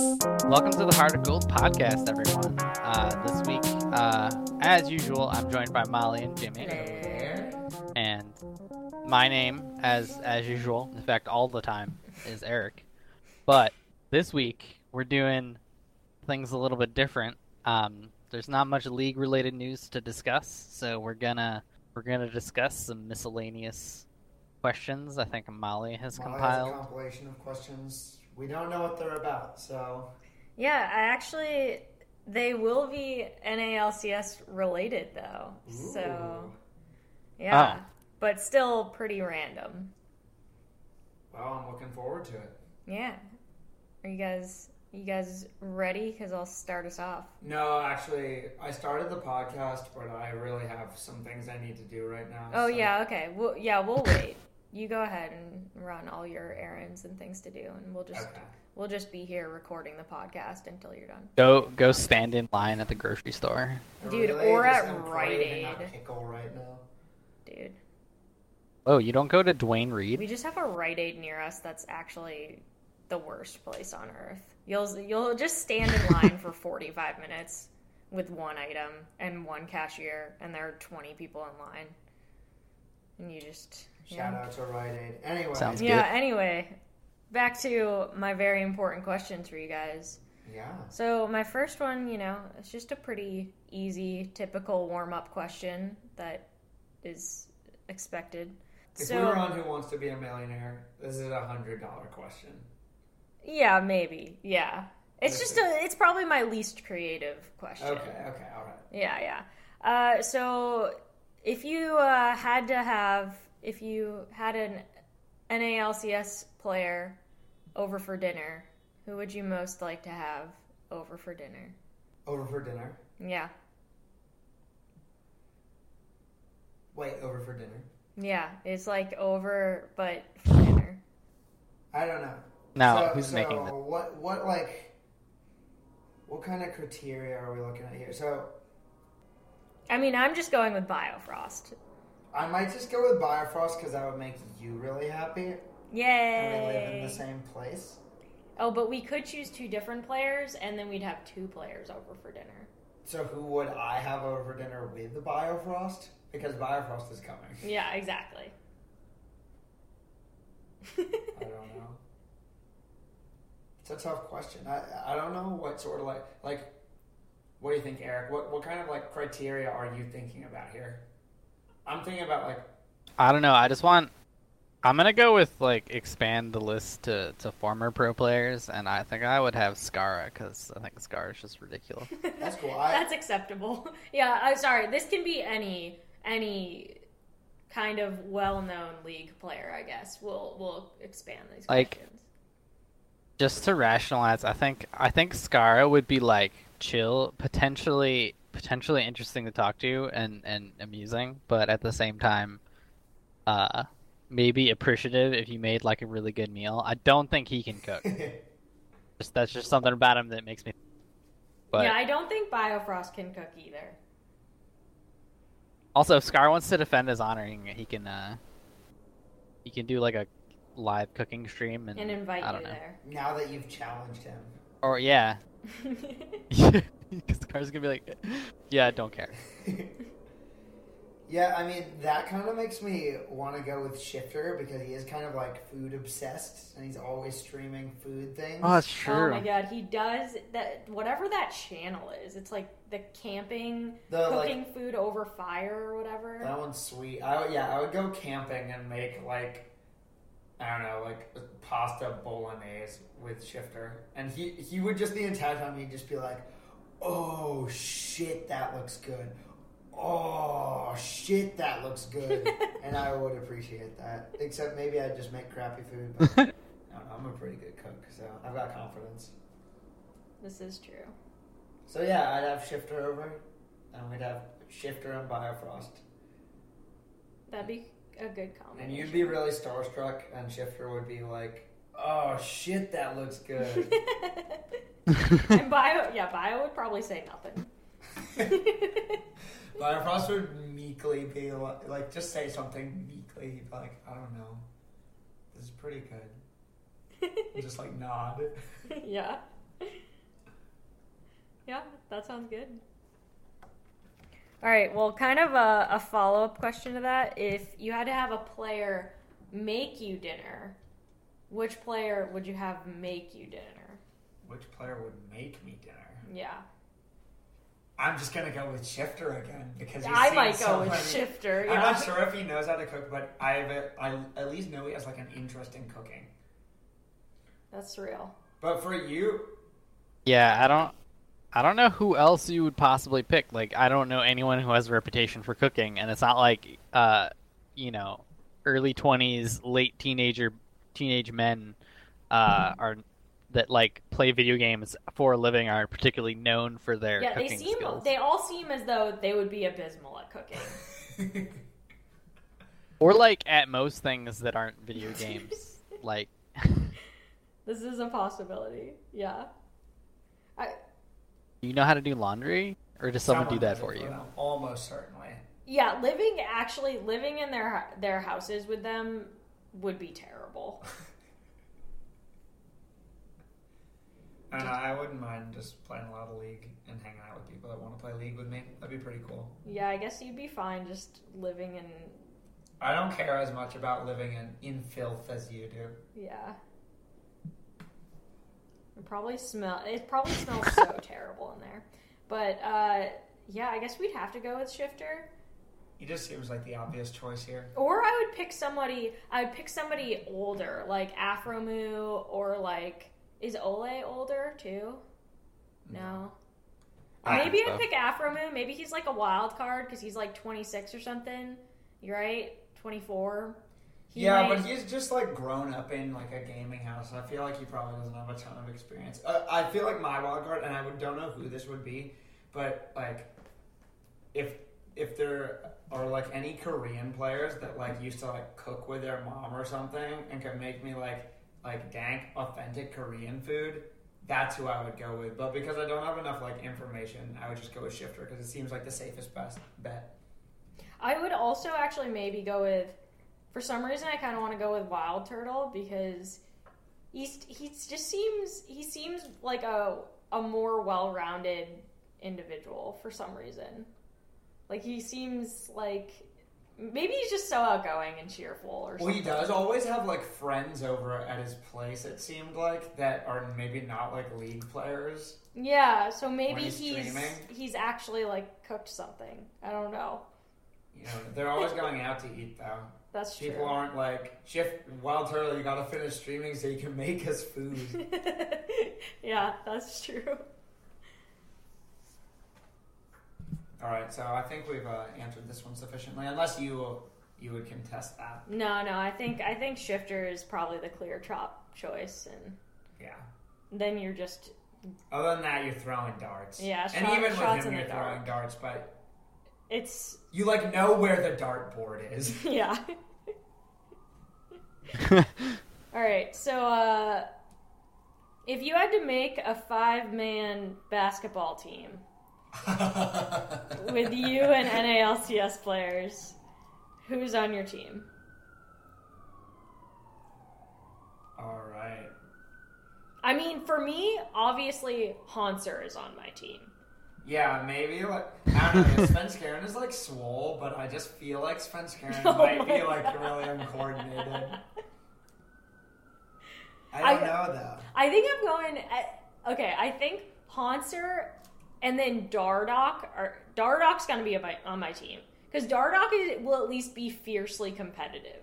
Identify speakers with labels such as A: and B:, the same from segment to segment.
A: to the Heart of Gold podcast, everyone. Uh, this week, uh, as usual, I'm joined by Molly and Jimmy, and my name, as as usual, in fact, all the time, is Eric. But this week, we're doing things a little bit different. Um, there's not much league-related news to discuss, so we're gonna we're gonna discuss some miscellaneous questions. I think Molly has
B: Molly has
A: compiled.
B: a compilation of questions. We don't know what they're about, so
C: Yeah, I actually they will be NALCS related though. So yeah.
A: Oh.
C: But still pretty random.
B: well, I'm looking forward to it.
C: Yeah. Are you guys you guys ready cuz I'll start us off.
B: No, actually, I started the podcast, but I really have some things I need to do right now.
C: Oh
B: so-
C: yeah, okay. Well, yeah, we'll wait. You go ahead and run all your errands and things to do and we'll just
B: Okay.
C: we'll just be here recording the podcast until you're done.
A: Go go stand in line at the grocery store.
B: I
C: Dude,
B: really
C: or
B: just
C: at
B: am
C: Rite
B: craving a
C: Aid.
B: pickle right now.
C: Dude,
A: Oh, you don't go to Dwayne Reed?
C: we just have a Rite Aid near us that's actually the worst place on earth. You'll you'll just stand in line for 45 minutes with one item and one cashier and there are 20 people in line. And you just
B: Shout out to Rite Aid. Anyway,
A: Sounds- That's
C: Yeah, anyway, back to my very important questions for you guys.
B: yeah,
C: So, my first one, you know, it's just a pretty easy, typical warm up question that is expected.
B: if we were on Who Wants to Be a Millionaire, this is a hundred dollar question.
C: Yeah, maybe. Yeah. It's just a, it's probably my least creative question.
B: Okay, okay, all right.
C: Yeah, yeah. Uh, so if you uh, had to have if you had an NALCS player over for dinner, who would you most like to have over for dinner?
B: Over for dinner.
C: Yeah.
B: Wait, over for dinner.
C: Yeah, it's like over but for dinner.
B: I don't know.
A: Now,
B: so,
A: who's
B: so
A: making the
B: What what like what kind of criteria are we looking at here? So
C: I mean, I'm just going with Biofrost.
B: I might just go with Biofrost because that would make you really happy. And we live in
C: Yay.
B: the same place.
C: Oh, but we could choose two different players and then we'd have two players over for dinner.
B: So who would I have over dinner with the Biofrost? Because Biofrost is coming.
C: Yeah, exactly.
B: I don't know. It's a tough question. I I don't know what sort of like like what do you think, Eric? What what kind of like criteria are you thinking about here? I'm thinking about like
A: I don't know. I just want. I'm gonna go with like expand the list to to former pro players, and I think I would have Skara because I think Skara is just ridiculous.
B: That's cool. I-
C: That's acceptable. Yeah, I'm sorry. This can be any any kind of well-known league player, I guess. We'll we'll expand these
A: Like-
C: questions.
A: just to rationalize, I think I think Skara would be like chill, potentially potentially interesting to talk to and and amusing, but at the same time, uh, maybe appreciative if you made like a really good meal. I don't think he can cook. just, that's just something about him that makes me. But
C: yeah, I don't think Biofrost can cook either.
A: Also, if Scar wants to defend his honor, he can- he can uh, he can do like a live cooking stream and,
C: And invite
A: I don't
C: you
A: know.
C: there.
B: now that you've challenged him.
A: Or yeah, because Scar's gonna be like, yeah, I don't care.
B: yeah, I mean that kind of makes me want to go with Shifter because he is kind of like food obsessed and he's always streaming food things.
A: Oh, it's true.
C: Oh my god, he does that whatever that channel is. It's like the camping
B: The, like-
C: cooking food over fire or whatever.
B: that one's sweet. I would- yeah, I would go camping and make like I don't know, like pasta bolognese with Shifter, and he he would just the entire time he'd just be like, "Oh shit, that looks good." Oh shit, that looks good, and I would appreciate that. Except maybe I just make crappy food. But I don't know, I'm a pretty good cook, so I've got confidence.
C: This is true.
B: So yeah, I'd have Shifter over, and we'd have Shifter and Biofrost.
C: That'd be a good
B: And
C: combination.
B: you'd be really starstruck, and Shifter would be like, "Oh shit, that looks good."
C: and bio, yeah, bio would probably say nothing.
B: Biofrost would meekly be like, like, just say something meekly, He'd be like, "I don't know, this is pretty good." And just like nod.
C: yeah. Yeah, that sounds good. All right. Well, kind of a, a follow up question to that. If you had to have a player make you dinner, which player would you have make you dinner?
B: Which player would make me dinner?
C: Yeah.
B: I'm just gonna go with Shifter again because he's
C: I
B: seen
C: might
B: so
C: go with
B: many-
C: Shifter. Yeah.
B: I'm not sure if he knows how to cook, but I have a, I at least know he has like an interest in cooking.
C: That's real.
B: But for you,
A: Yeah, I don't I don't know who else you would possibly pick. Like I don't know anyone who has a reputation for cooking and it's not like uh you know, early 20s, late teenager teenage men uh are that like play video games for a living are particularly known for their
C: Yeah, they
A: cooking
C: seem
A: skills.
C: they all seem as though they would be abysmal at cooking.
A: Or like at most things that aren't video games. like
C: This is a possibility. Yeah. I
A: you know how to do laundry or does someone, do that
B: does it
A: for you?
B: them, Almost certainly.
C: yeah, living actually living in their their houses with them would be terrible.
B: I don't know, I wouldn't mind just playing a lot of League and hanging out with people that want to play League with me. That'd be pretty cool.
C: Yeah, I guess you'd be fine just living in
B: I don't care as much about living in, in filth as you do.
C: yeah. It probably smell it probably smells so terrible in there. But uh yeah, I guess we'd have to go with shifter.
B: He just seems like the obvious choice here.
C: Or I would pick somebody. I would pick somebody older, like Afromu, or like is Ole older too? No.
B: I
C: maybe
D: think
C: I'd
D: so.
C: pick Afromu. Maybe he's like a wild card because he's like 26 or something. You're right, 24. He
B: yeah,
C: might-
B: but he's just like grown up in like a gaming house. I feel like he probably doesn't have a ton of experience. Uh, I feel like my wild card, and I would, don't know who this would be, but like if if there are like any Korean players that like used to like cook with their mom or something and could make me like like dank authentic Korean food, that's who I would go with. But because I don't have enough like information, I would just go with Shifter because it seems like the safest best bet.
C: I would also actually maybe go with. For some reason, I kind of want to go with Wild Turtle because he's he just seems he seems like a a more well rounded individual for some reason. Like he seems like maybe he's just so outgoing and cheerful or
B: Well,
C: something.
B: he does always have like friends over at his place. It seemed like that are maybe not like league players.
C: Yeah, so maybe
B: he's
C: he's he's,
B: dreaming.
C: actually like cooked something. I don't know.
B: You know, they're always going out to eat though.
C: That's
B: People aren't like shift wild turtle. You gotta finish streaming so you can make us food.
C: true. yeah, that's true.
B: All right, so I think we've uh, answered this one sufficiently. Unless you you would contest that.
C: No, no, I think I think Shifter is probably the clear top choice, and
B: Yeah.
C: then you're just
B: Other than that, you're throwing darts.
C: Yeah,
B: and
C: shot-
B: even with
C: shots
B: him,
C: in
B: you're
C: the
B: throwing
C: dark.
B: darts, but
C: it's
B: you like know where the dartboard is.
C: yeah. All right, so uh, if you had to make a five-man basketball team with you and NALCS players, who's on your team?
B: All right.
C: I mean, for me, obviously Hanser is on my team.
B: Yeah, maybe like I don't know. Svenskeren is like swole, but I just feel like Svenskeren
C: Oh
B: might
C: my
B: be like
C: God.
B: really uncoordinated. I
C: I-
B: don't know though.
C: I think I'm going. I, okay, I think Hanser and then Dardock are Dardock's going to be on my, on my team because Dardock is, will at least be fiercely competitive.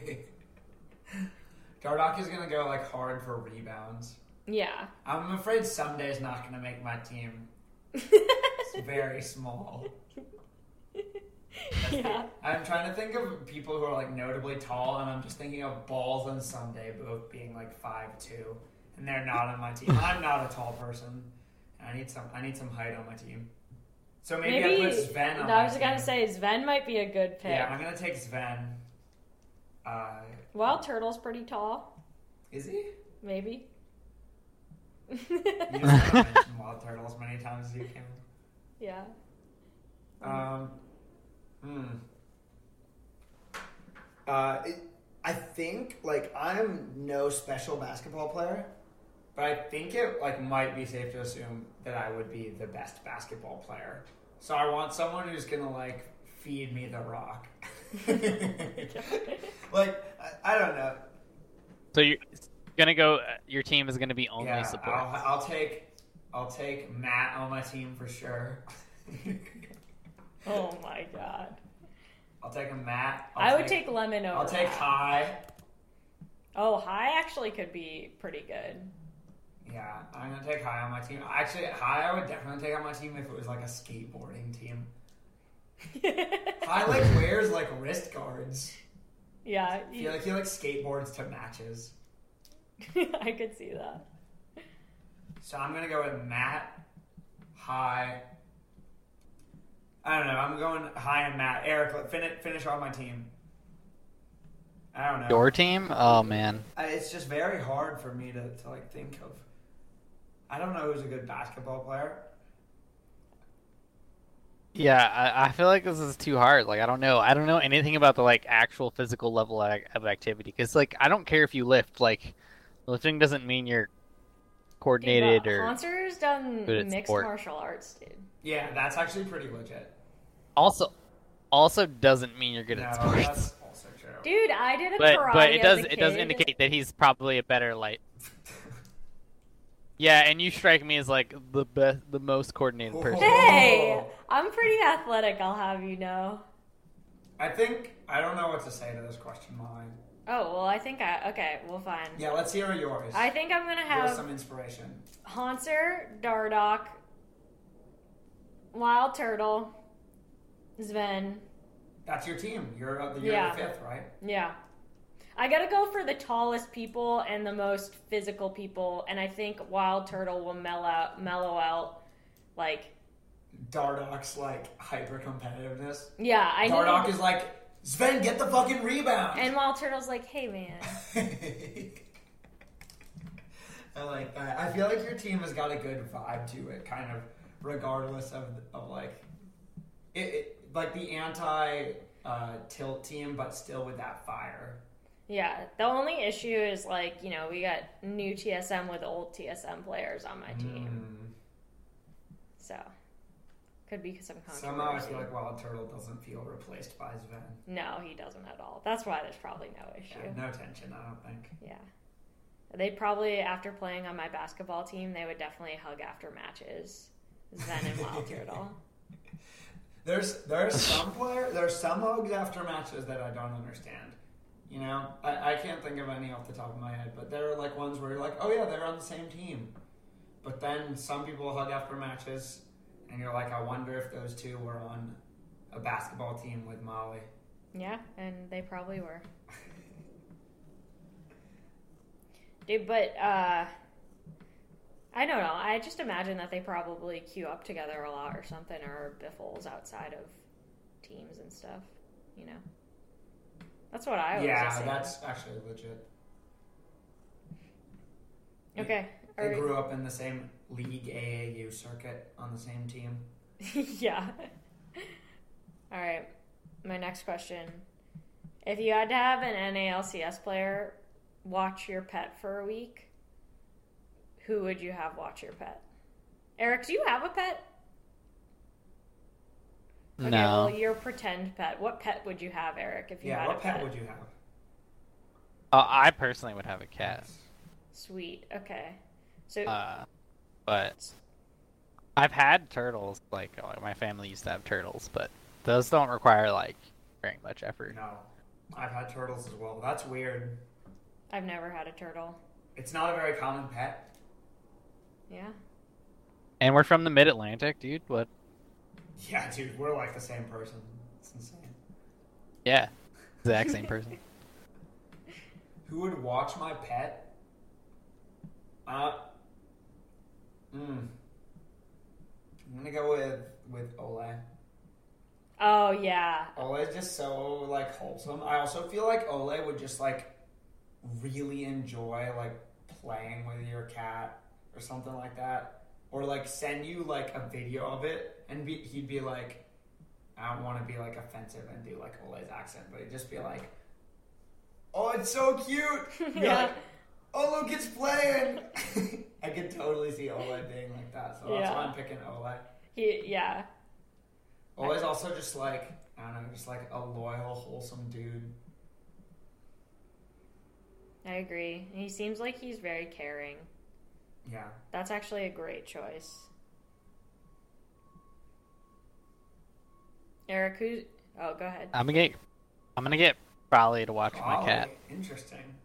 B: Dardock is gonna go like hard for rebounds.
C: Yeah.
B: I'm afraid Sunday's not gonna make my team. It's very small.
C: yeah.
B: I'm trying to think of people who are like notably tall, and I'm just thinking of Balls and Sunday both being like five two, and they're not on my team. I'm not a tall person. and I need some. I need some height on my team. So maybe, I put Sven on.
C: I was
B: my
C: gonna
B: team.
C: say Sven might be a good pick.
B: Yeah, I'm gonna take Sven. Uh,
C: Wild Turtle's pretty tall,
B: is he?
C: maybe.
B: You just have to mention wild turtles many times as you can.
C: yeah.
B: Um, hmm. Uh, it, I think like I'm no special basketball player, But I think it like might be safe to assume that I would be the best basketball player. So I want someone who's gonna like feed me the rock. like I, I don't know.
A: So you're gonna go. Your team is gonna be only
B: yeah,
A: support.
B: I'll, I'll take I'll take Matt on my team for sure.
C: Oh my god.
B: I'll take a Matt.
C: i
B: I'll
C: would take lemon over.
B: I'll take
C: that.
B: Kai.
C: Oh, high actually could be pretty good.
B: Yeah, I'm gonna take High on my team. Actually, High I would definitely take on my team if it was like a skateboarding team. High like wears like wrist guards.
C: yeah,
B: He like he like skateboards to matches.
C: I could see that.
B: So I'm gonna go with Matt, High. I don't know. I'm going High and Matt. Eric, let- finish finish off my team. I don't know.
A: Your team? Oh man.
B: I- It's just very hard for me to, to like think of. I don't know who's a good basketball player.
A: Yeah, I, I feel like this is too hard. Like I don't know. I don't know anything about the like actual physical level ac- of activity because like I don't care if you lift. Like lifting doesn't mean you're coordinated
C: But
A: or.
C: Hanser's done
A: good at
C: mixed
A: sport.
C: martial arts, dude.
B: Yeah, that's actually pretty legit.
A: Also, also doesn't mean you're good
B: no,
A: at sports.
B: That's also true.
C: Dude, I did a
A: But
C: karate
A: but it
C: as
A: does
C: a
A: it does
C: kid.
A: indicate that he's probably a better like. Yeah, and you strike me as like the best, the most coordinated person.
C: Hey,
B: Oh.
C: I'm pretty athletic. I'll have you know.
B: I think I don't know what to say to this question, Molly.
C: Oh well, I think I okay. Well, fine.
B: Yeah, let's hear yours.
C: I think I'm gonna
B: Give
C: have
B: us some inspiration.
C: Hanser, Dardock, Wild Turtle, Sven.
B: That's your team. You're uh, you're
C: Yeah.
B: the fifth, right?
C: Yeah. I gotta go for the tallest people and the most physical people, and I think Wild Turtle will mellow out, mellow out. Like,
B: Dardock's like hyper competitiveness.
C: yeah, I
B: Dardock
C: need.
B: is like Sven, get the fucking rebound.
C: And Wild Turtle's like, hey man,
B: I like that. I feel like your team has got a good vibe to it, kind of, regardless of of like, it, it like the anti uh, tilt team, but still with that fire.
C: yeah. The only issue is like, you know, we got new TSM with old TSM players on my team,
B: Mm.
C: so could be some controversy.
B: Somehow I feel like Wild Turtle doesn't feel replaced by Sven.
C: No, he doesn't at all. That's why there's probably no issue.
B: Yeah, no tension, I don't think.
C: Yeah. They probably, after playing on my basketball team, they would definitely hug after matches. Zen and Wild Turtle.
B: There's there's some player there's some hugs after matches that I don't understand. You know, I, I can't think of any off the top of my head, but there are like ones where you're like, oh yeah, they're on the same team. But then some people hug after matches, and you're like, I wonder if those two were on a basketball team with Molly.
C: Yeah, and they probably were. Dude, but, uh, I don't know. I just imagine that they probably queue up together a lot or something, or biffles outside of teams and stuff, you know? That's what I always
B: yeah,
C: assume.
B: that's actually legit.
C: Okay.
B: They
C: Or-
B: grew up in the same league AAU circuit on the same team.
C: yeah. All right. My next question. If you had to have an NALCS player watch your pet for a week, who would you have watch your pet? Eric, do you have a pet? Okay,
A: No.
C: well, your pretend pet. What pet would you have, Eric, if you
B: Yeah,
C: had
B: what
C: a
B: pet
C: pet?
B: would you have?
A: Uh, I personally would have a cat,
C: Sweet. Okay. So,
A: uh, but I've had turtles. Like uh, my family used to have turtles, but those don't require like very much effort.
B: No, I've had turtles as well. That's weird.
C: I've never had a turtle.
B: It's not a very common pet.
C: Yeah.
A: And we're from the Mid Atlantic, dude. What?
B: Yeah, dude, we're like the same person. It's insane.
A: Yeah, exact same person.
B: Who would watch my pet? Uh, mm. I'm gonna go with with Ole.
C: Oh, yeah.
B: Ole's just so like wholesome. I also feel like Ole would just like really enjoy like playing with your cat or something like that, or like send you like a video of it, and be, he'd be like, I don't want to be like offensive and do like Ole's accent, but he'd just be like, Oh, it's so cute. You'd be
C: Yeah.
B: like, Oh, look, it's playing. I could totally see Ola being like that, so that's
C: Yeah.
B: why I'm picking Ola.
C: He, yeah,
B: Ola's also just like I don't know, just like a loyal, wholesome dude.
C: I agree. He seems like he's very caring.
B: Yeah.
C: That's actually a great choice. Eric, who? Oh, go ahead.
A: I'm gonna get. I'm gonna get Crowley to watch my cat
B: Oh, Interesting.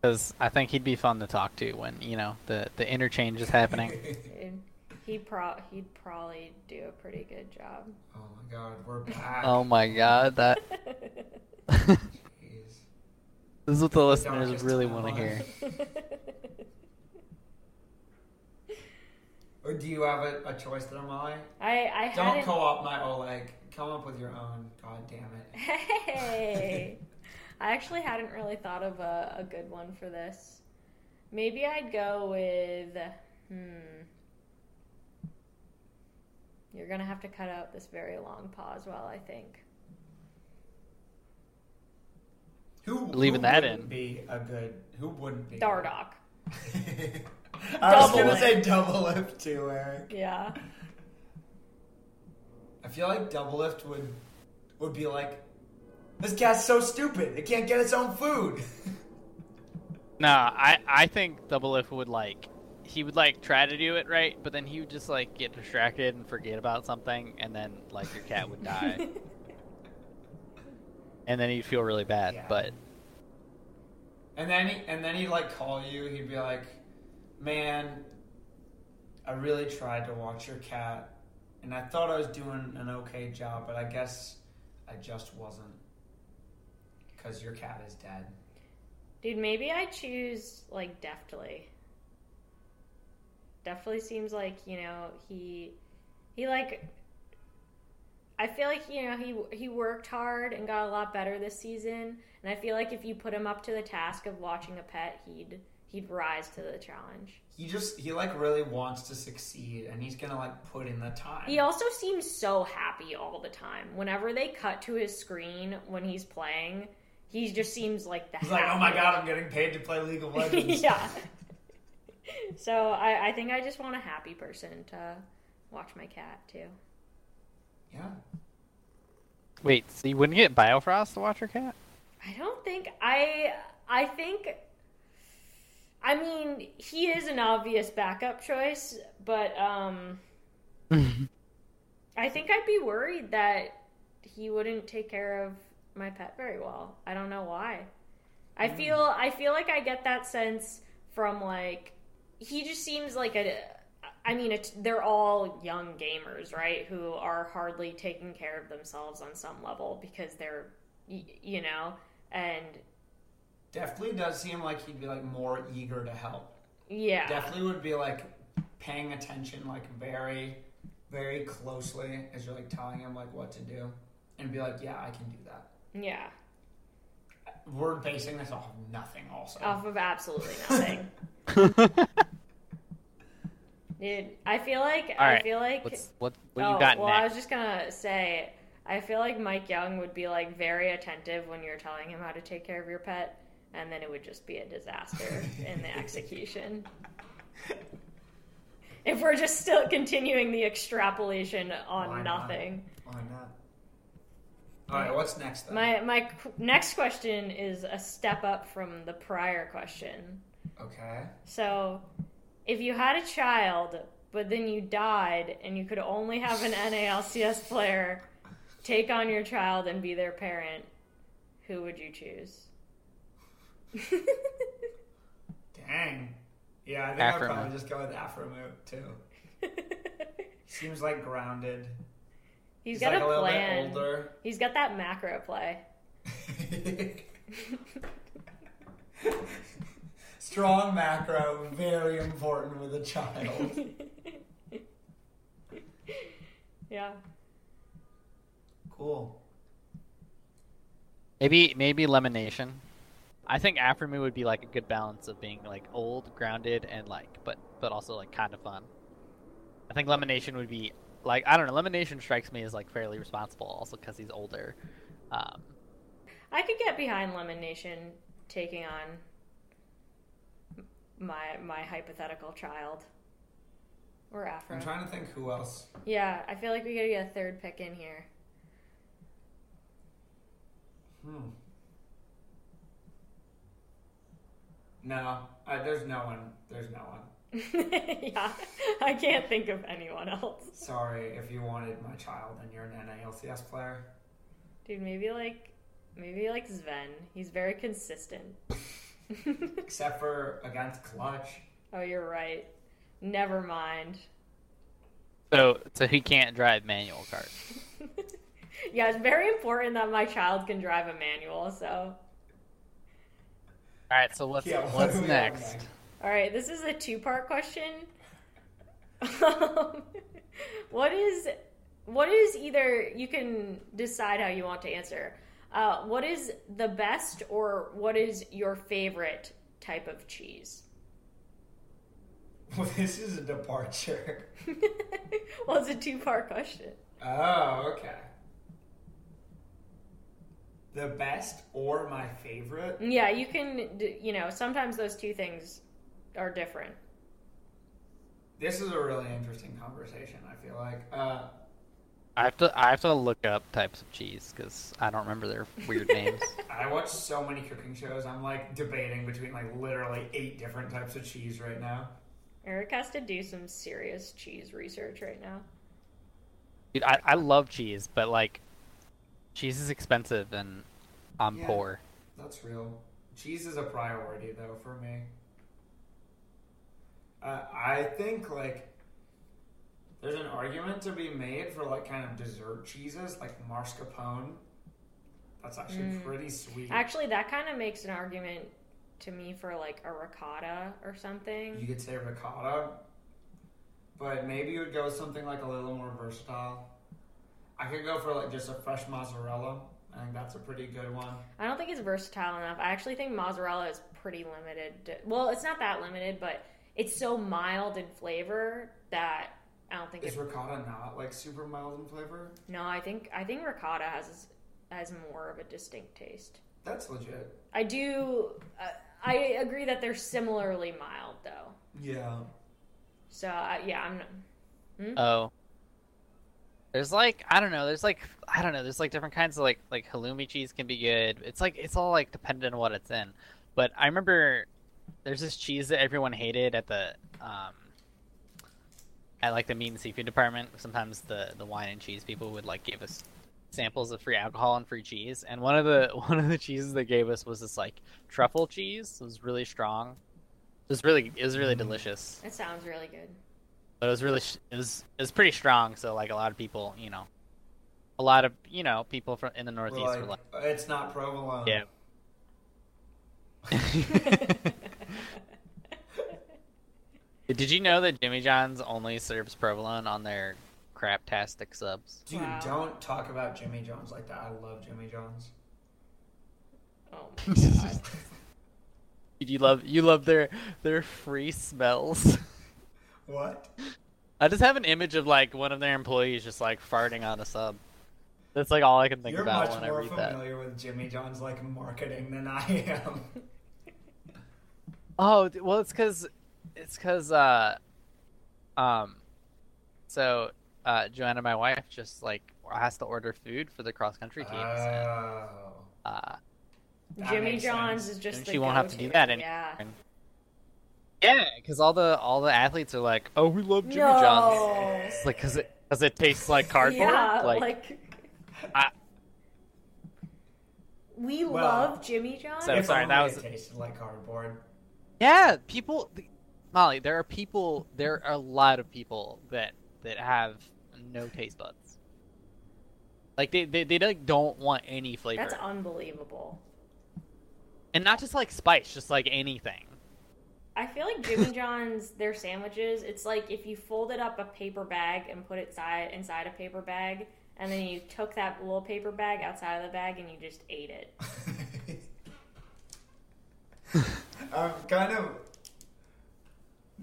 A: because I think he'd be fun to talk to when you know the the interchange is happening.
C: Dude, He pro he'd probably do a pretty good job.
B: Oh my god, we're back.
A: oh my god, that this
B: Jeez.
A: is what the listeners
B: Darkest
A: really
B: time
A: want to
B: on.
A: hear.
B: Or do you have a, a choice there, Molly?
C: I I
B: Don't
C: had
B: co-op my Oleg. Come up with your own. God damn it.
C: hey. I actually hadn't really thought of a, a good one for this. Maybe I'd go with hmm. You're gonna have to cut out this very long pause while I think.
B: Who
A: Leaving
B: who
A: that
B: wouldn't
A: in.
B: Be a good. Who wouldn't be?
C: Dardock.
B: I was
C: Double
B: gonna
C: it.
B: say double lift too, Eric.
C: Yeah.
B: I feel like double lift would would be like, this cat's so stupid. It can't get its own food.
A: No, I I think Double If would like he would like try to do it right, but then he would just like get distracted and forget about something, and then like your cat would die, and then he'd feel really bad.
B: Yeah.
A: But
B: And then he, and then he'd like call you. He'd be like, "Man, I really tried to watch your cat, and I thought I was doing an okay job, but I guess I just wasn't, because your cat is dead."
C: Dude, maybe I choose like deftly. Deftly seems like you know he he like I feel like you know he he worked hard and got a lot better this season, and I feel like if you put him up to the task of watching a pet, he'd he'd rise to the challenge.
B: He just he like really wants to succeed, and he's gonna like put in the time.
C: He also seems so happy all the time. Whenever they cut to his screen when he's playing, he just seems like the
B: He's like, "Oh my god, I'm getting paid to play League of Legends."
C: yeah. So I, I think I just want a happy person to watch my cat too.
B: yeah.
A: wait, so you wouldn't get Biofrost to watch your cat?
C: I don't think I I think I mean he is an obvious backup choice, but um I think I'd be worried that he wouldn't take care of my pet very well. I don't know why. I feel I feel like I get that sense from like he just seems like a I mean it's, they're all young gamers, right, who are hardly taking care of themselves on some level because they're y- you know and
B: Definitely does seem like he'd be like more eager to help.
C: yeah.
B: definitely would be like paying attention like very very closely as you're like telling him like what to do and be like yeah i can do that
C: Yeah.
B: we're basing this off of nothing also
C: Off of absolutely nothing. Dude, I feel like I
A: right,
C: feel like
A: What's what what
C: oh,
A: you got
C: well, I was
A: next?
C: just gonna say, I feel like Mike Young would be like very attentive when you're telling him how to take care of your pet, and then it would just be a disaster in the execution. If we're just still continuing the extrapolation on
B: Why not?
C: nothing,
B: why not all right what's next though?
C: my my qu- next question is a step up from the prior question.
B: okay
C: So, if you had a child, but then you died, and you could only have an NALCS player take on your child and be their parent, who would you choose?
B: dang yeah i think i'd
A: Afremu.
B: probably just go with afremu too seems like grounded
C: He's
B: he's
C: got
B: like
C: a,
B: a little
C: plan.
B: bit older
C: He's got that macro play.
B: Strong macro, very important with a child.
C: yeah.
B: Cool.
A: Maybe maybe Lemonation. I think Afremu would be like a good balance of being like old, grounded, and like but but also like kind of fun. I think Lemonation would be like I don't know. Lemonation strikes me as like fairly responsible, also because he's older. Um,
C: I could get behind Lemon Nation taking on my my hypothetical child. Or Afro.
B: I'm trying to think who else.
C: Yeah, I feel like we gotta get a third pick in here.
B: Hmm. No, I, there's no one. There's no one.
C: yeah, I can't think of anyone else.
B: Sorry if you wanted my child and you're an NALCS player.
C: Dude, maybe like maybe like Sven. He's very consistent.
B: Except for against Clutch.
C: oh, you're right. Never mind.
A: So so he can't drive manual cart.
C: yeah, it's very important that my child can drive a manual, so
A: All right, so what's
B: Yeah, what
A: what's
B: do we have
A: next?
C: all right, this is a two-part question. Um, what is what is either you can decide how you want to answer. Uh, what is the best or what is your favorite type of cheese?
B: Well, this is a departure.
C: well, it's a two-part question.
B: Oh, okay. The best or my favorite?
C: Yeah, you can. d- You know, sometimes those two things are different.
B: This is a really interesting conversation, I feel like. Uh,
A: I have to I have to look up types of cheese because I don't remember their weird names.
B: I watch so many cooking shows. I'm like debating between like literally eight different types of cheese right now.
C: Eric has to do some serious cheese research right now.
A: Dude, I, I love cheese, but like, cheese is expensive and I'm
B: Yeah.
A: poor.
B: That's real. Cheese is a priority though for me. Uh, I think like there's an argument to be made for like kind of dessert cheeses like mascarpone. That's actually
C: Mm.
B: pretty sweet.
C: Actually, that kind of makes an argument to me for like a ricotta or something.
B: you could say ricotta, but maybe you would go with something like a little more versatile. I could go for like just a fresh mozzarella. I think that's a pretty good one.
C: I don't think it's versatile enough. I actually think mozzarella is pretty limited. to- Well, it's not that limited, but it's so mild in flavor that I don't think
B: Is
C: it.
B: ricotta not like super mild in flavor?
C: No, I think I think ricotta has has more of a distinct taste.
B: That's legit.
C: I do. Uh, I agree that they're similarly mild, though.
B: Yeah.
C: So uh, yeah, I'm.
A: Oh. There's like I don't know. There's like I don't know. There's like different kinds of like like halloumi cheese can be good. It's like it's all like dependent on what it's in. But I remember there's this cheese that everyone hated at the um at like the meat and seafood department. Sometimes the the wine and cheese people would like give us samples of free alcohol and free cheese. And one of the one of the cheeses they gave us was this like truffle cheese. It was really strong. It was really it was really delicious
C: That sounds really good.
A: but it was really sh- it was it was pretty strong. So like a lot of people, you know, a lot of you know people from in the
B: Well,
A: Northeast were
B: like,
A: like,
B: it's not provolone.
A: yeah. Did you know that Jimmy John's only serves provolone on their craptastic subs?
B: Dude,
C: Wow.
B: don't talk about Jimmy John's like that. I love Jimmy John's.
C: oh my god.
A: You love you love their their free smells.
B: What?
A: I just have an image of like one of their employees just like farting on a sub. That's like all I can think
B: You're
A: about
B: much
A: when I
B: more
A: read that.
B: familiar with Jimmy John's like marketing than I am.
A: Oh d- well, it's because it's because uh, um, so uh, Joanna, my wife, just like has to order food for the cross country teams. and,
B: Oh.
A: uh,
B: That
C: Jimmy
B: makes
C: John's
B: sense.
C: is just
A: And
C: the
A: she won't have to do
C: go-to,
A: that any-
C: Yeah.
A: and- yeah, because all the all the athletes are like, "Oh, we love Jimmy
C: no.
A: John's." It's like because it because it tastes like cardboard.
C: Yeah,
A: like,
C: like,
A: I-
C: we
B: Well,
C: love Jimmy John's.
A: So-
B: if
A: sorry, that
B: only
A: was-
B: it tasted like cardboard.
A: yeah, people. Molly, there are people. There are a lot of people that that have no taste buds. Like they they, they like don't want any flavor.
C: That's unbelievable.
A: and not just like spice, just like anything.
C: I feel like Jimmy John's their sandwiches. It's like if you folded up a paper bag and put it side, inside a paper bag, and then you took that little paper bag outside of the bag and you just ate it.
B: um, kind of.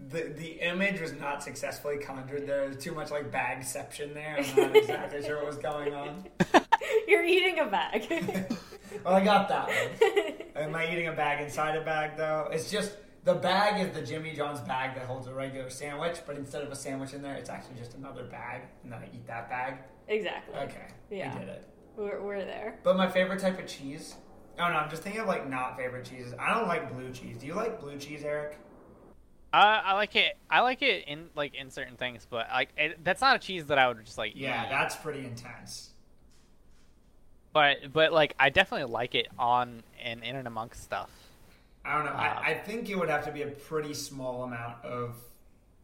B: The, the image was not successfully conjured. There was too much like bagception there. I'm not exactly sure what was going on.
C: You're eating a bag.
B: well, I got that one. Am I eating a bag inside a bag though? It's just The bag is the Jimmy John's bag that holds a regular sandwich, but instead of a sandwich in there, it's actually just another bag, and then I eat that bag.
C: Exactly.
B: Okay,
C: Yeah.
B: we did it.
C: We're, we're there.
B: But my favorite type of cheese. Oh no, I'm just thinking of like not favorite cheeses. I don't like blue cheese. Do you like blue cheese, Eric?
A: I, I like it. I like it in like in certain things, but like it, that's not a cheese that I would just like.
B: Yeah,
A: eat.
B: that's pretty intense.
A: But but like I definitely like it on and in and amongst stuff.
B: I don't know.
A: Wow.
B: I, I think it would have to be a pretty small amount of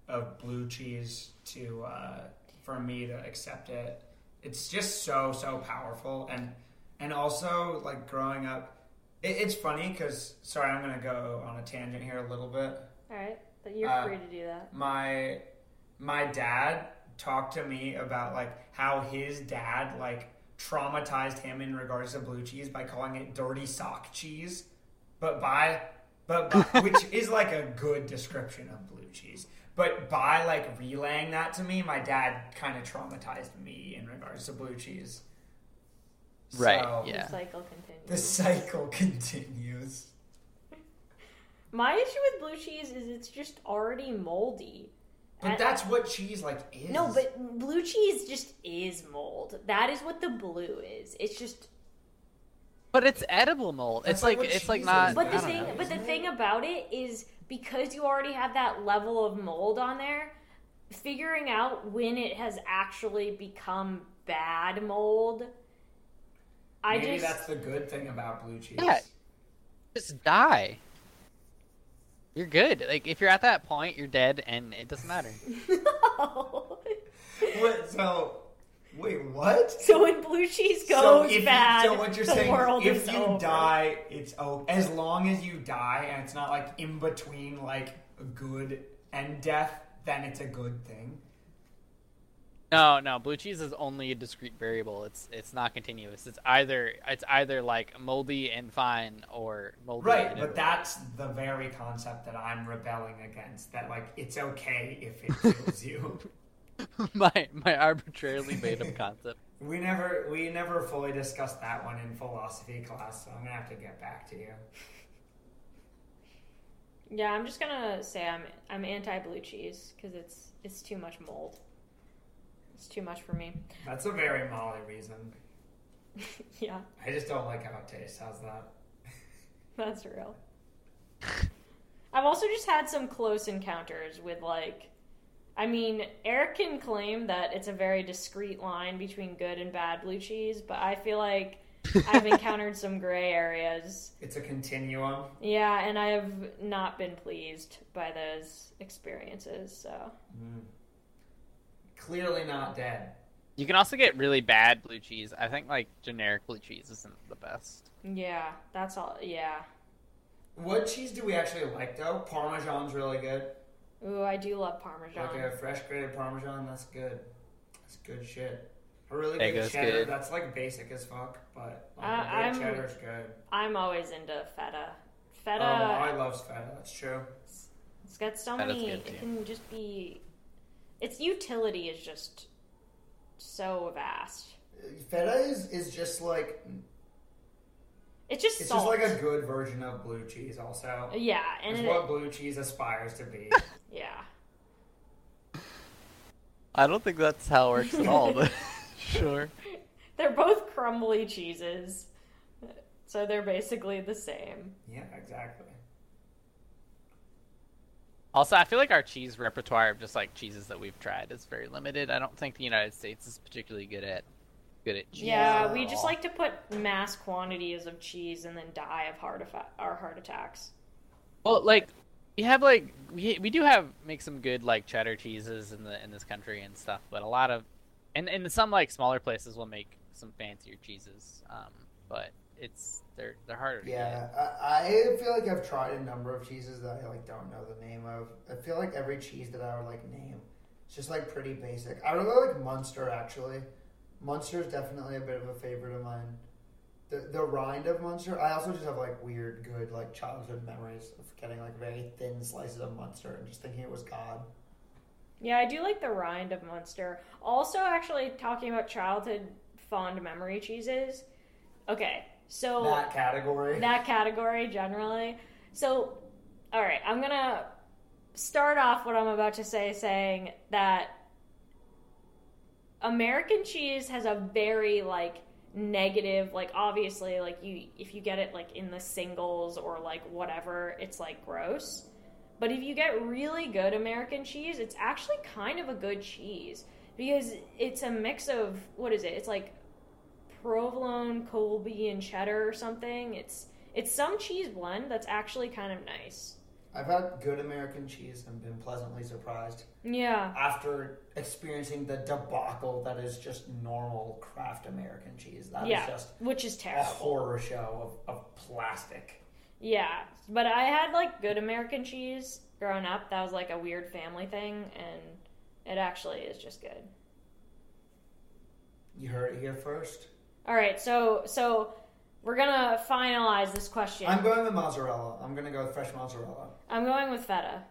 B: of blue cheese to uh, for me to accept it. It's just so so powerful, and and also like growing up, it, it's funny because sorry, I'm gonna go on a tangent here a little bit.
C: All right. But you're
B: Uh,
C: free to do that.
B: my my dad talked to me about like how his dad like traumatized him in regards to blue cheese by calling it dirty sock cheese but by but by, which is like a good description of blue cheese but by like relaying that to me my dad kind of traumatized me in regards to blue cheese
A: Right,
B: So,
A: yeah.
C: The cycle continues.
B: the cycle continues
C: My issue with blue cheese is it's just already moldy.
B: but
C: I-
B: that's what cheese like is
C: No, but blue cheese just is mold. That is what the blue is. It's just
A: But it's edible mold.
B: That's
A: it's
B: like
A: like,
B: what
A: it's like
B: cheese
A: not.
B: is.
C: But
A: I
C: the
A: don't
C: thing,
A: know.
C: but the
B: isn't it?
C: thing about it is because you already have that level of mold on there, figuring out when it has actually become bad mold. I
B: maybe
C: just
B: that's the good thing about blue cheese
A: Yeah. just die. You're good. Like if you're at that point, you're dead, and it doesn't matter.
C: no.
B: What, so, wait, what?
C: So when blue cheese goes
B: so if
C: bad,
B: you, so what you're
C: the
B: saying
C: world
B: is if
C: is
B: you
C: over.
B: die, it's okay. As long as you die and it's not like in between like good and death, then it's a good thing.
A: No, no. Blue cheese is only a discrete variable. It's it's not continuous. It's either it's either like moldy and fine or moldy.
B: Right,
A: and
B: but
A: edible.
B: that's the very concept that I'm rebelling against. That like it's okay if it kills you.
A: my my arbitrarily made up concept.
B: We never we never fully discussed that one in philosophy class, so I'm gonna have to get back to you.
C: Yeah, I'm just gonna say I'm I'm anti blue cheese because it's it's too much mold. It's too much for me.
B: That's a very Molly reason.
C: yeah,
B: I just don't like how it tastes. How's that?
C: that's real. I've also just had some close encounters with like, I mean, Eric can claim that it's a very discrete line between good and bad blue cheese, but I feel like I've encountered some gray areas.
B: It's a continuum.
C: Yeah, and I have not been pleased by those experiences. So
B: Clearly not dead.
A: You can also get really bad blue cheese. I think like generic blue cheese isn't the best.
C: yeah, that's all. Yeah.
B: What cheese do we actually like though? Parmesan's really good.
C: Ooh, I do love Parmesan.
B: Like a fresh grated Parmesan, that's good. That's good shit. A really
A: That
B: good
A: goes
B: cheddar,
A: good.
B: that's like basic as fuck, but like,
C: I-
B: a
C: Uh, I'm-
B: good cheddar's good.
C: I'm always into feta.
B: Oh,
C: Feta,
B: I love feta. That's true.
C: it's got so
A: Feta's
C: many.
A: good, too.
C: It can just be. Its utility is just so vast.
B: Feta is is just like
C: It's just
B: it's
C: salt.
B: just like a good version of blue cheese. Also,
C: yeah, and
B: it's
C: it,
B: what blue cheese aspires to be.
C: yeah.
A: I don't think that's how it works at all. But sure.
C: They're both crumbly cheeses, so they're basically the same.
B: yeah, exactly.
A: Also, I feel like our cheese repertoire of just like cheeses that we've tried is very limited. I don't think the United States is particularly good at good at cheese.
C: Yeah,
B: at
C: we just
A: all.
C: like to put mass quantities of cheese and then die of heart affa- our heart attacks.
A: Well, like we have like we we do have make some good like cheddar cheeses in the in this country and stuff, but a lot of and and some like smaller places will make some fancier cheeses. Um, but it's they're they're harder. to get.
B: Yeah, I, I feel like I've tried a number of cheeses that I like don't know the name of. I feel like every cheese that I would like name, it's just like pretty basic. I really like Munster actually. Munster is definitely a bit of a favorite of mine. The the rind of Munster. I also just have like weird good like childhood memories of getting like very thin slices of Munster and just thinking it was God.
C: Yeah, I do like the rind of Munster. Also, actually, talking about childhood fond memory cheeses. Okay, so Oh.
B: category.
C: that category generally. So, All right, I'm gonna start off what I'm about to say saying that American cheese has a very like negative like obviously like you if you get it like in the singles or like whatever it's like gross but if you get really good American cheese it's actually kind of a good cheese because it's a mix of what is it it's like provolone colby and cheddar or something it's it's some cheese blend that's actually kind of nice
B: I've had good American cheese and been pleasantly surprised
C: yeah
B: after experiencing the debacle that is just normal craft American cheese. That is
C: yeah
B: just
C: which is
B: a
C: terrible
B: horror show of, of plastic.
C: Yeah, but I had like good American cheese growing up. That was like a weird family thing, and it actually is just good.
B: You heard it here first.
C: All right, so so we're gonna finalize this question.
B: I'm going with mozzarella. I'm going to go with fresh mozzarella.
C: I'm going with feta.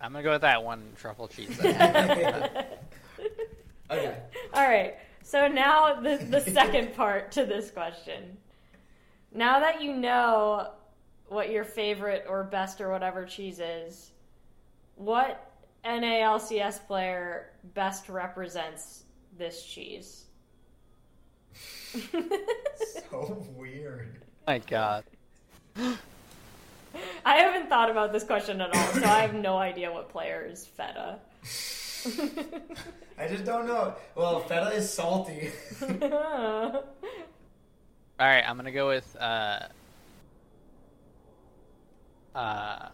A: I'm gonna go with that one truffle cheese.
B: Okay.
C: All right. So now the the second part to this question. Now that you know what your favorite or best or whatever cheese is, what NALCS player best represents this cheese?
B: so weird.
A: Oh My God.
C: I haven't thought about this question at all, so I have no idea what player is feta.
B: I just don't know. Well, feta is salty.
A: All right, I'm gonna go with uh, uh.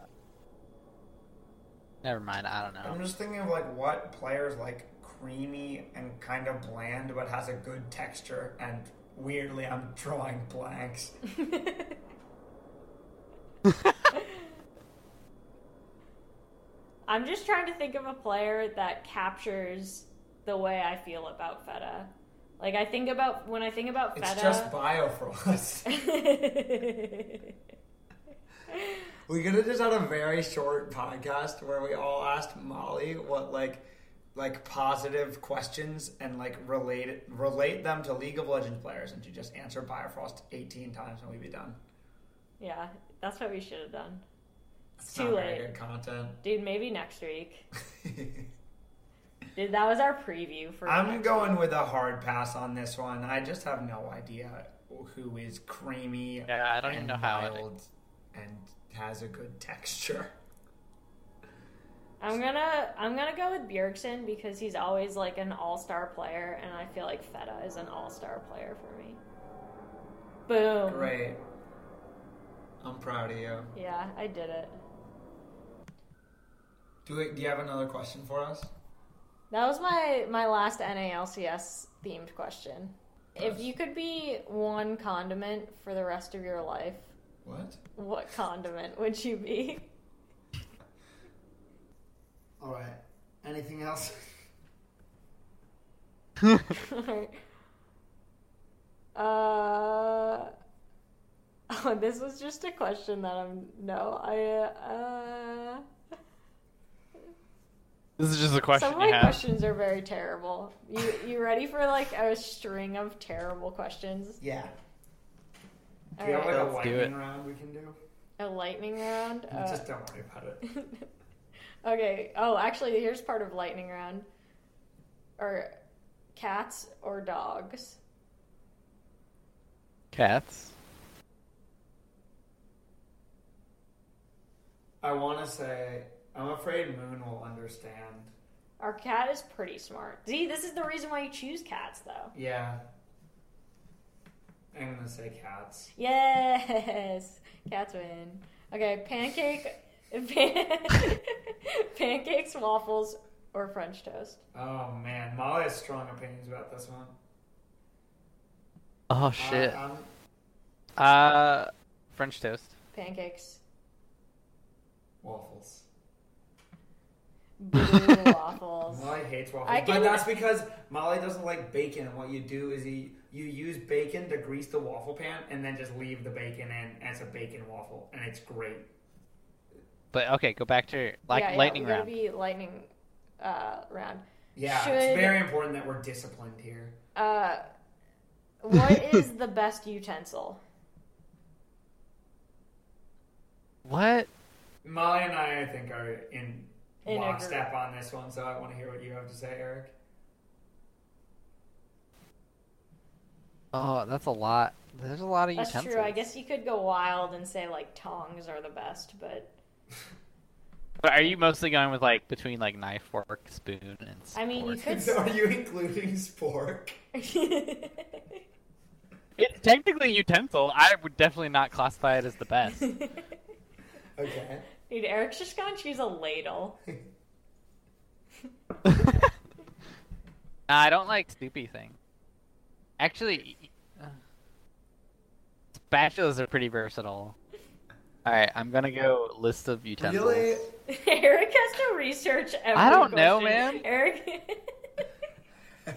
A: Never mind. I don't know.
B: I'm just thinking of like what players like creamy and kind of bland, but has a good texture. And weirdly, I'm drawing blanks.
C: I'm just trying to think of a player that captures the way I feel about feta. Like I think about when I think about
B: It's
C: feta.
B: just Biofrost. we could have just had a very short podcast where we all asked Molly what like like positive questions and like relate relate them to League of Legends players, and she just answered Biofrost 18 times, and we'd be done.
C: yeah, that's what we should have done. It's
B: It's
C: too
B: not
C: late,
B: very good content.
C: dude. Maybe next week, dude. That was our preview for.
B: I'm
C: next
B: going with a hard pass on this one. I just have no idea who is creamy.
A: Yeah, I don't even
B: and
A: know how it-
B: mild and has a good texture.
C: I'm gonna I'm gonna go with Bjergsen because he's always like an all star player, and I feel like Feta is an all star player for me. Boom.
B: Great. I'm proud of you.
C: Yeah, I did it.
B: Do we, Do you have another question for us?
C: That was my my last NALCS themed question. If you could be one condiment for the rest of your life,
B: What?
C: what condiment would you be?
B: All right. Anything else?
C: uh, oh, this was just a question that I'm no, I uh.
A: This is just a question
C: Some of
A: you
C: my
A: have.
C: questions are very terrible. You you ready for like a string of terrible questions?
B: Yeah. Do
C: All
B: you have like
C: right,
B: a
A: Let's do
B: lightning
A: it.
B: round we can do?
C: a lightning round. Uh,
B: Just don't worry about it.
C: okay. Oh, actually, here's part of lightning round. Are cats or dogs?
A: Cats.
B: I want to say I'm afraid Moon will understand.
C: Our cat is pretty smart. See, this is the reason why you choose cats, though.
B: Yeah. I'm gonna say cats.
C: Yes, cats win. Okay, pancake, pan- pancakes, waffles, or French toast.
B: Oh man, Molly has strong opinions about this one. um,
A: Oh shit.
B: I, I'm-
A: Uh, French toast.
C: Pancakes,
B: waffles.
C: Boo, waffles.
B: Molly hates waffles,
C: I
B: but
C: can-
B: that's because Molly doesn't like bacon. And what you do is you you use bacon to grease the waffle pan, and then just leave the bacon in as a bacon waffle, and it's great.
A: But okay, go back to like
C: Yeah, yeah,
A: lightning
C: we gotta
A: round.
C: Be lightning uh, round.
B: Yeah,
C: Should-
B: it's very important that we're disciplined here.
C: Uh, what is the best utensil?
A: What?
B: Molly and I, I think, are in,
C: In a
B: lockstep on this one, so I want to hear what you have to say, Eric.
A: Oh, that's a lot. There's a lot of
C: That's
A: utensils.
C: true. I guess you could go wild and say like tongs are the best, but
A: But are you mostly going with like between like knife, fork, spoon, and?
C: I mean, you
A: fork?
C: could.
B: are you including spork?
A: It's technically a utensil. I would definitely not classify it as the best.
B: Okay.
C: Dude, Eric's just gonna choose a ladle.
A: Nah, I don't like soupy things. Actually, uh, spatulas are pretty versatile. All right, I'm gonna go list of utensils.
B: Really?
C: Eric has to research every
A: I don't know,
C: question.
A: man.
C: Eric.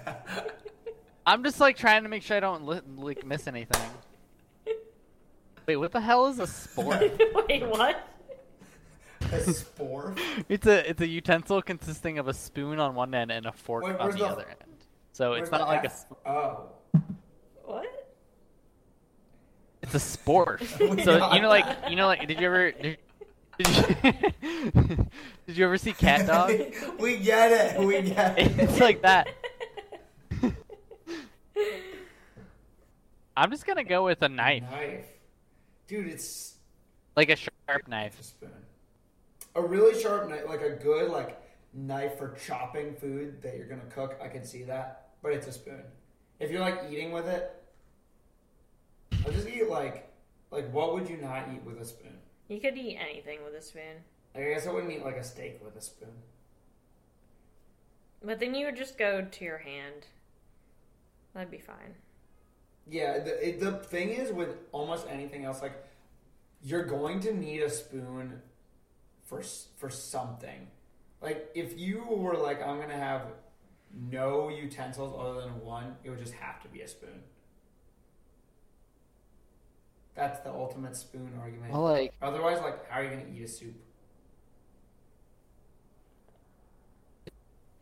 A: I'm just like trying to make sure I don't li- like miss anything. Wait, what the hell is a sport?
C: Wait, what?
B: A spork?
A: it's a it's a utensil consisting of a spoon on one end and a fork
B: Wait,
A: on
B: where's
A: the,
B: the-
A: other end. So
B: Where's
A: it's not
B: the
A: like a
B: F?
A: s-
B: Oh.
C: What?
A: it's a sport.
B: Oh my
A: so you
B: God.
A: know like you know like did you ever did, did you, did you ever see cat dog?
B: we get it. We get it.
A: It's like that. I'm just gonna go with a knife,
B: Knife. Dude, it's
A: like a sharp knife.
B: a spoon. A really sharp knife, like a good like knife for chopping food that you're gonna cook. I can see that, but it's a spoon. If you're like eating with it, I'll just eat like like what would you not eat with a spoon?
C: You could eat anything with a spoon,
B: Like, I guess I wouldn't eat like a steak with a spoon.
C: but then you would just go to your hand. That'd be fine.
B: Yeah, the it, the thing is with almost anything else, like you're going to need a spoon for s- for something. Like if you were like, I'm gonna have no utensils other than one, it would just have to be a spoon. That's the ultimate spoon argument.
A: Well, like
B: Otherwise, like, how are you gonna eat a soup?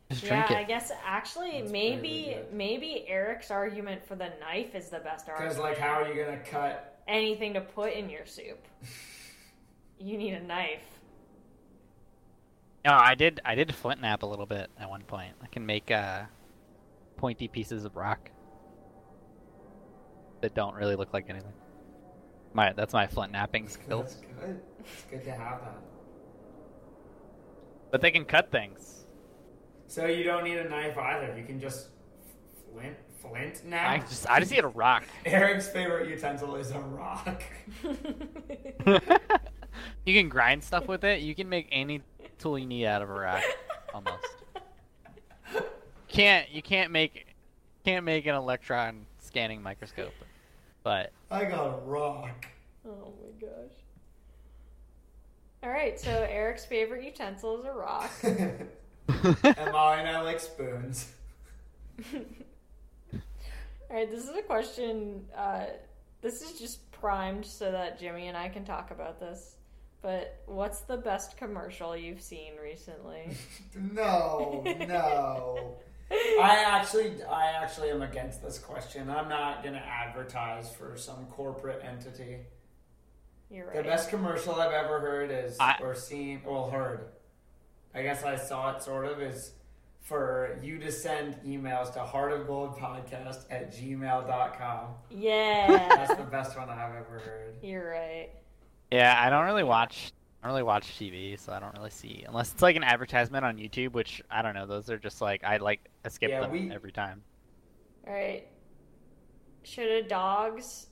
A: just drink
C: Yeah, I
A: it.
C: guess actually
B: That's
C: maybe
B: pretty legit.
C: maybe Eric's argument for the knife is the best
B: Because
C: argument.
B: like, how are you gonna cut?
C: anything to put in your soup, you need a knife.
A: No, I did. I did flint nap a little bit at one point. I can make uh, pointy pieces of rock that don't really look like anything. My that's my flint napping
B: That's
A: skills,
B: good. It's good to have that.
A: but they can cut things.
B: So you don't need a knife either. You can just flint flint now.
A: I just I just need a rock.
B: Eric's favorite utensil is a rock.
A: you can grind stuff with it. You can make any tool you need out of a rock, almost. can't you can't make can't make an electron scanning microscope, but
B: I got a rock.
C: Oh my gosh. All right, so Eric's favorite utensil is a rock.
B: and Molly and I like spoons.
C: All right, this is a question. Uh, this is just primed so that Jimmy and I can talk about this. But what's the best commercial you've seen recently?
B: No, no. I actually, I actually am against this question. I'm not gonna advertise for some corporate entity.
C: You're
B: The
C: right.
B: best commercial I've ever heard is
A: I-
B: or seen, well, heard. I guess I saw it sort of is for you to send emails to Heart of Gold Podcast at gmail.com. That's
C: Yeah,
B: the best one I've ever heard.
C: you're right.
A: yeah, I don't really watch. I don't really watch TV, so I don't really see unless it's like an advertisement on YouTube, which I don't know. Those are just like I like I skip
B: Yeah,
A: them
B: we-
A: every time.
C: All right. Should a dog's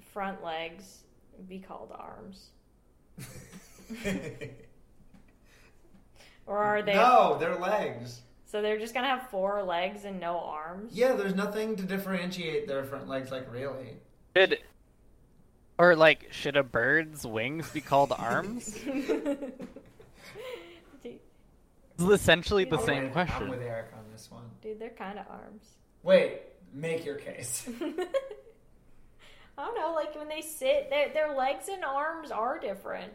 C: front legs be called arms, or are they?
B: No, they're legs.
C: So they're just gonna have four legs and no arms.
B: Yeah, there's nothing to differentiate their front legs, like really.
A: Should or like should a bird's wings be called arms?
C: dude,
A: It's essentially the
C: I'm
A: same
B: with, I'm
A: question.
B: with Eric on this one.
C: dude, they're kind of arms.
B: Wait, make your case.
C: I don't know, like when they sit, their their legs and arms are different.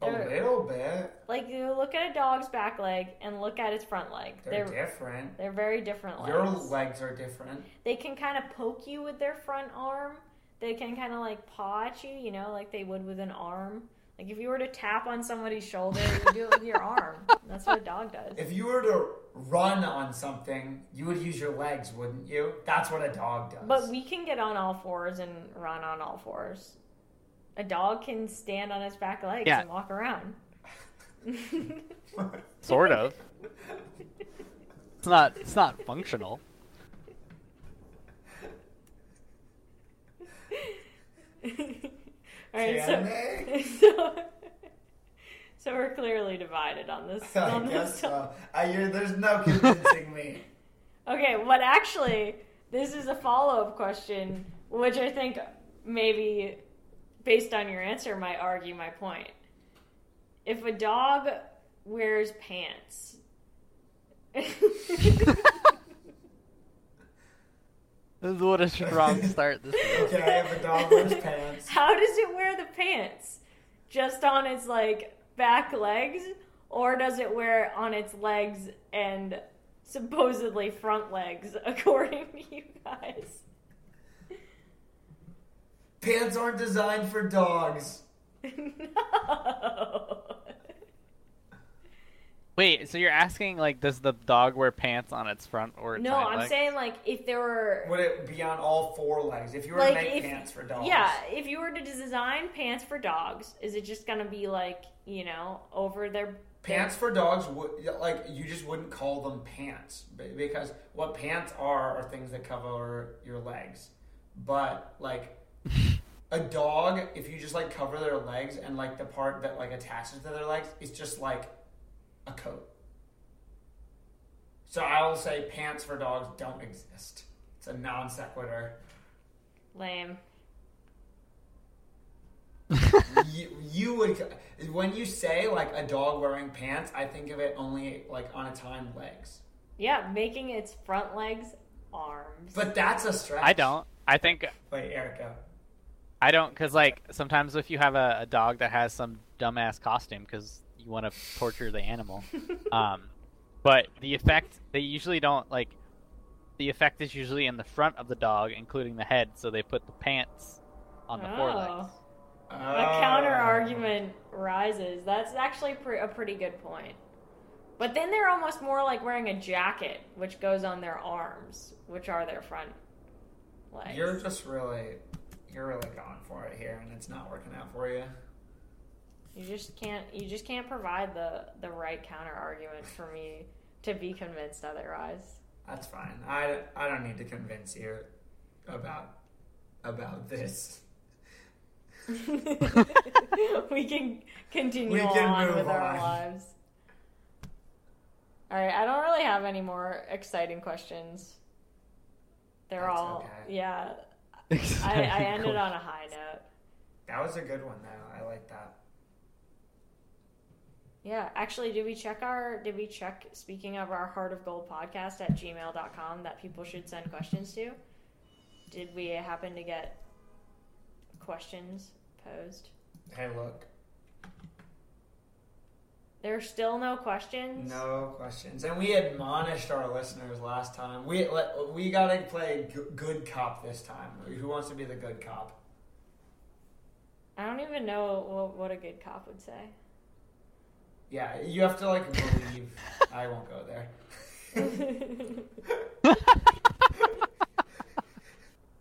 B: A
C: They're-
B: little bit.
C: Like you look at a dog's back leg and look at its front leg.
B: They're,
C: They're they're,
B: different.
C: very different legs.
B: Your legs are different.
C: They can kind of poke you with their front arm. They can kind of like paw at you, you know, like they would with an arm. Like if you were to tap on somebody's shoulder, you do it with your arm. That's what a dog does.
B: If you were to run on something, you would use your legs, wouldn't you? That's what a dog does.
C: But we can get on all fours and run on all fours. A dog can stand on its back legs
A: Yeah.
C: and walk around.
A: Sort of. it's not. It's not functional.
C: All right,
B: Can
C: so, so so we're clearly divided on this.
B: I
C: on this
B: guess
C: topic.
B: so. I, you're, there's no convincing me.
C: Okay, but actually, this is a follow up question, which I think maybe based on your answer might argue my point. If a dog wears pants,
A: This is what a strong start. This is.
B: Okay, I have a dog wears pants.
C: how does it wear the pants? Just on its like back legs, or does it wear it on its legs and supposedly front legs, according to you guys?
B: Pants aren't designed for dogs.
C: no.
A: Wait, so you're asking like, does the dog wear pants on its front or its
C: No,
A: side
C: I'm
A: leg?
C: saying like if there were
B: Would it be on all four legs? If you were
C: like
B: to make
C: if
B: pants for dogs.
C: yeah, if you were to design pants for dogs, is it just gonna be like you know over their
B: Pants for dogs, would like you just wouldn't call them pants be- because what pants are are things that cover your legs. But like a dog, if you just like cover their legs and like the part that like attaches to their legs, it's just like a coat. So I will say pants for dogs don't exist. It's a non sequitur.
C: lame?
B: you, you would when you say like a dog wearing pants, I think of it only like on its hind legs.
C: Yeah, making its front legs arms.
B: But that's a stretch.
A: I don't. I think
B: Wait, Erica.
A: I don't because like sometimes if you have a, a dog that has some dumbass costume because you want to torture the animal, um, but the effect they usually don't like. The effect is usually in the front of the dog, including the head, so they put the pants on the forelegs.
C: Oh.
B: A
C: A counter
B: Oh.
C: argument rises. That's actually pre- a pretty good point. But then they're almost more like wearing a jacket, which goes on their arms, which are their front legs.
B: You're just really, you're really going for it here, and it's not working out for you.
C: You just can't you just can't provide the the right counter argument for me to be convinced otherwise.
B: That's fine. I, I don't need to convince you about about this.
C: we can continue
B: We can
C: on
B: move
C: with our
B: on.
C: lives. All right, I don't really have any more exciting questions. They're
B: That's
C: all
B: okay.
C: yeah. I, I ended on a high note.
B: That was a good one though. I like that.
C: Yeah, actually, did we check our did we check speaking of our Heart of Gold podcast at gmail.com that people should send questions to? Did we happen to get questions posed?
B: Hey, look,
C: There's still no questions.
B: no questions, and we admonished our listeners last time. We let- we gotta play g- good cop this time. Who wants to be the good cop?
C: I don't even know what, what a good cop would say.
B: Yeah, you have to like believe. I won't go there.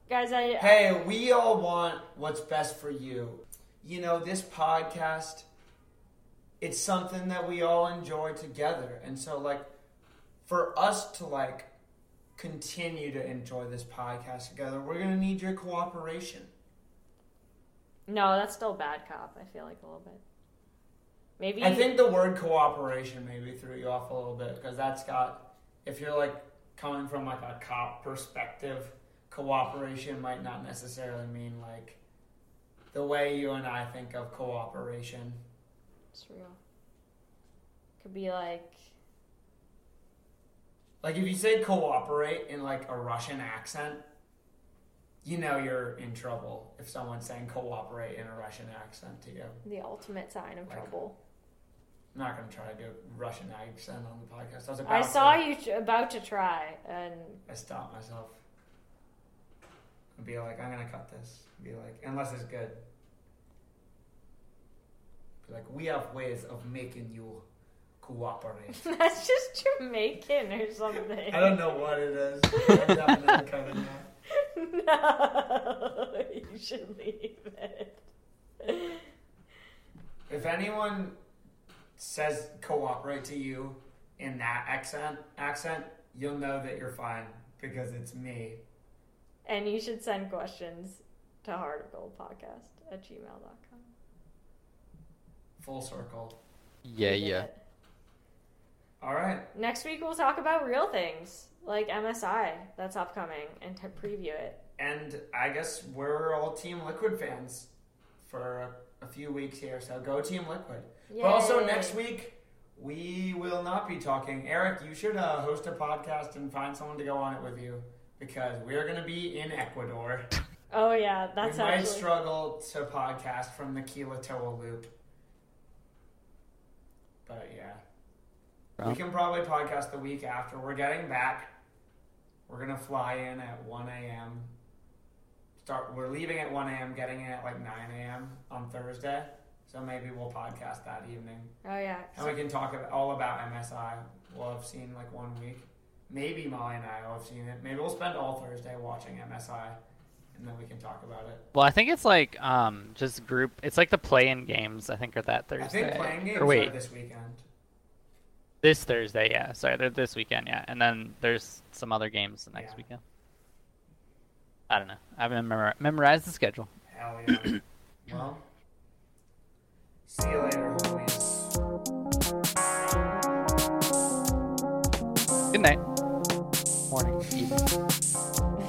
C: Guys, I
B: Hey, we all want what's best for you. You know, this podcast, it's something that we all enjoy together. And so, like, for us to, like, continue to enjoy this podcast together, we're going to need your cooperation.
C: no, that's still bad cop. I feel like a little bit. Maybe
B: I think the word cooperation maybe threw you off a little bit because that's got, if you're, like, coming from, like, a cop perspective, cooperation might not necessarily mean, like, the way you and I think of cooperation.
C: it's real. Could be like
B: Like if you say cooperate in like a Russian accent, you know you're in trouble if someone's saying cooperate in a Russian accent to you.
C: the ultimate sign of
B: Like,
C: trouble.
B: I'm not gonna try to do a Russian accent on the podcast. I was about
C: I saw
B: to,
C: you t- about to try, and
B: I stopped myself. I'd be like, I'm gonna cut this. I'd be like, unless it's good. Like we have ways of making you cooperate.
C: That's just Jamaican or something.
B: I don't know what it is. I'm definitely coming now.
C: No, you should leave it.
B: If anyone says cooperate to you in that accent, accent, you'll know that you're fine because it's me.
C: And you should send questions to Heart of Gold Podcast at gmail.com.
B: Full circle.
C: We
D: Yeah,
C: did
D: yeah.
C: it.
B: All right.
C: Next week we'll talk about real things like MSI that's upcoming and to preview it.
B: And I guess we're all Team Liquid fans for a few weeks here, so go Team Liquid. But also
C: Yay.
B: next week we will not be talking. Eric, you should uh, host a podcast and find someone to go on it with you because we are going to be in Ecuador.
C: Oh yeah, that's
B: we might
C: actually
B: struggle to podcast from the Keelatoa Loop. But yeah. We
A: Well.
B: can probably podcast the week after. We're getting back. We're gonna fly in at one AM. Start we're leaving at one AM, getting in at like nine AM on Thursday. So maybe we'll podcast that evening.
C: Oh yeah.
B: And we can talk about, all about MSI. We'll have seen like one week. Maybe Molly and I will have seen it. Maybe we'll spend all Thursday watching MSI and then we can talk about it.
A: Well, I think it's like um just group. It's like the play-in games. I think are that
B: I
A: Thursday.
B: think playing games
A: or wait,
B: are this weekend.
A: this Thursday. Yeah, sorry, they're this weekend. Yeah, and then there's some other games the next
B: Yeah.
A: weekend. I don't know. I haven't memor- memorized the schedule.
B: Hell yeah. well, see you later, homies.
A: Good night. Morning. Evening.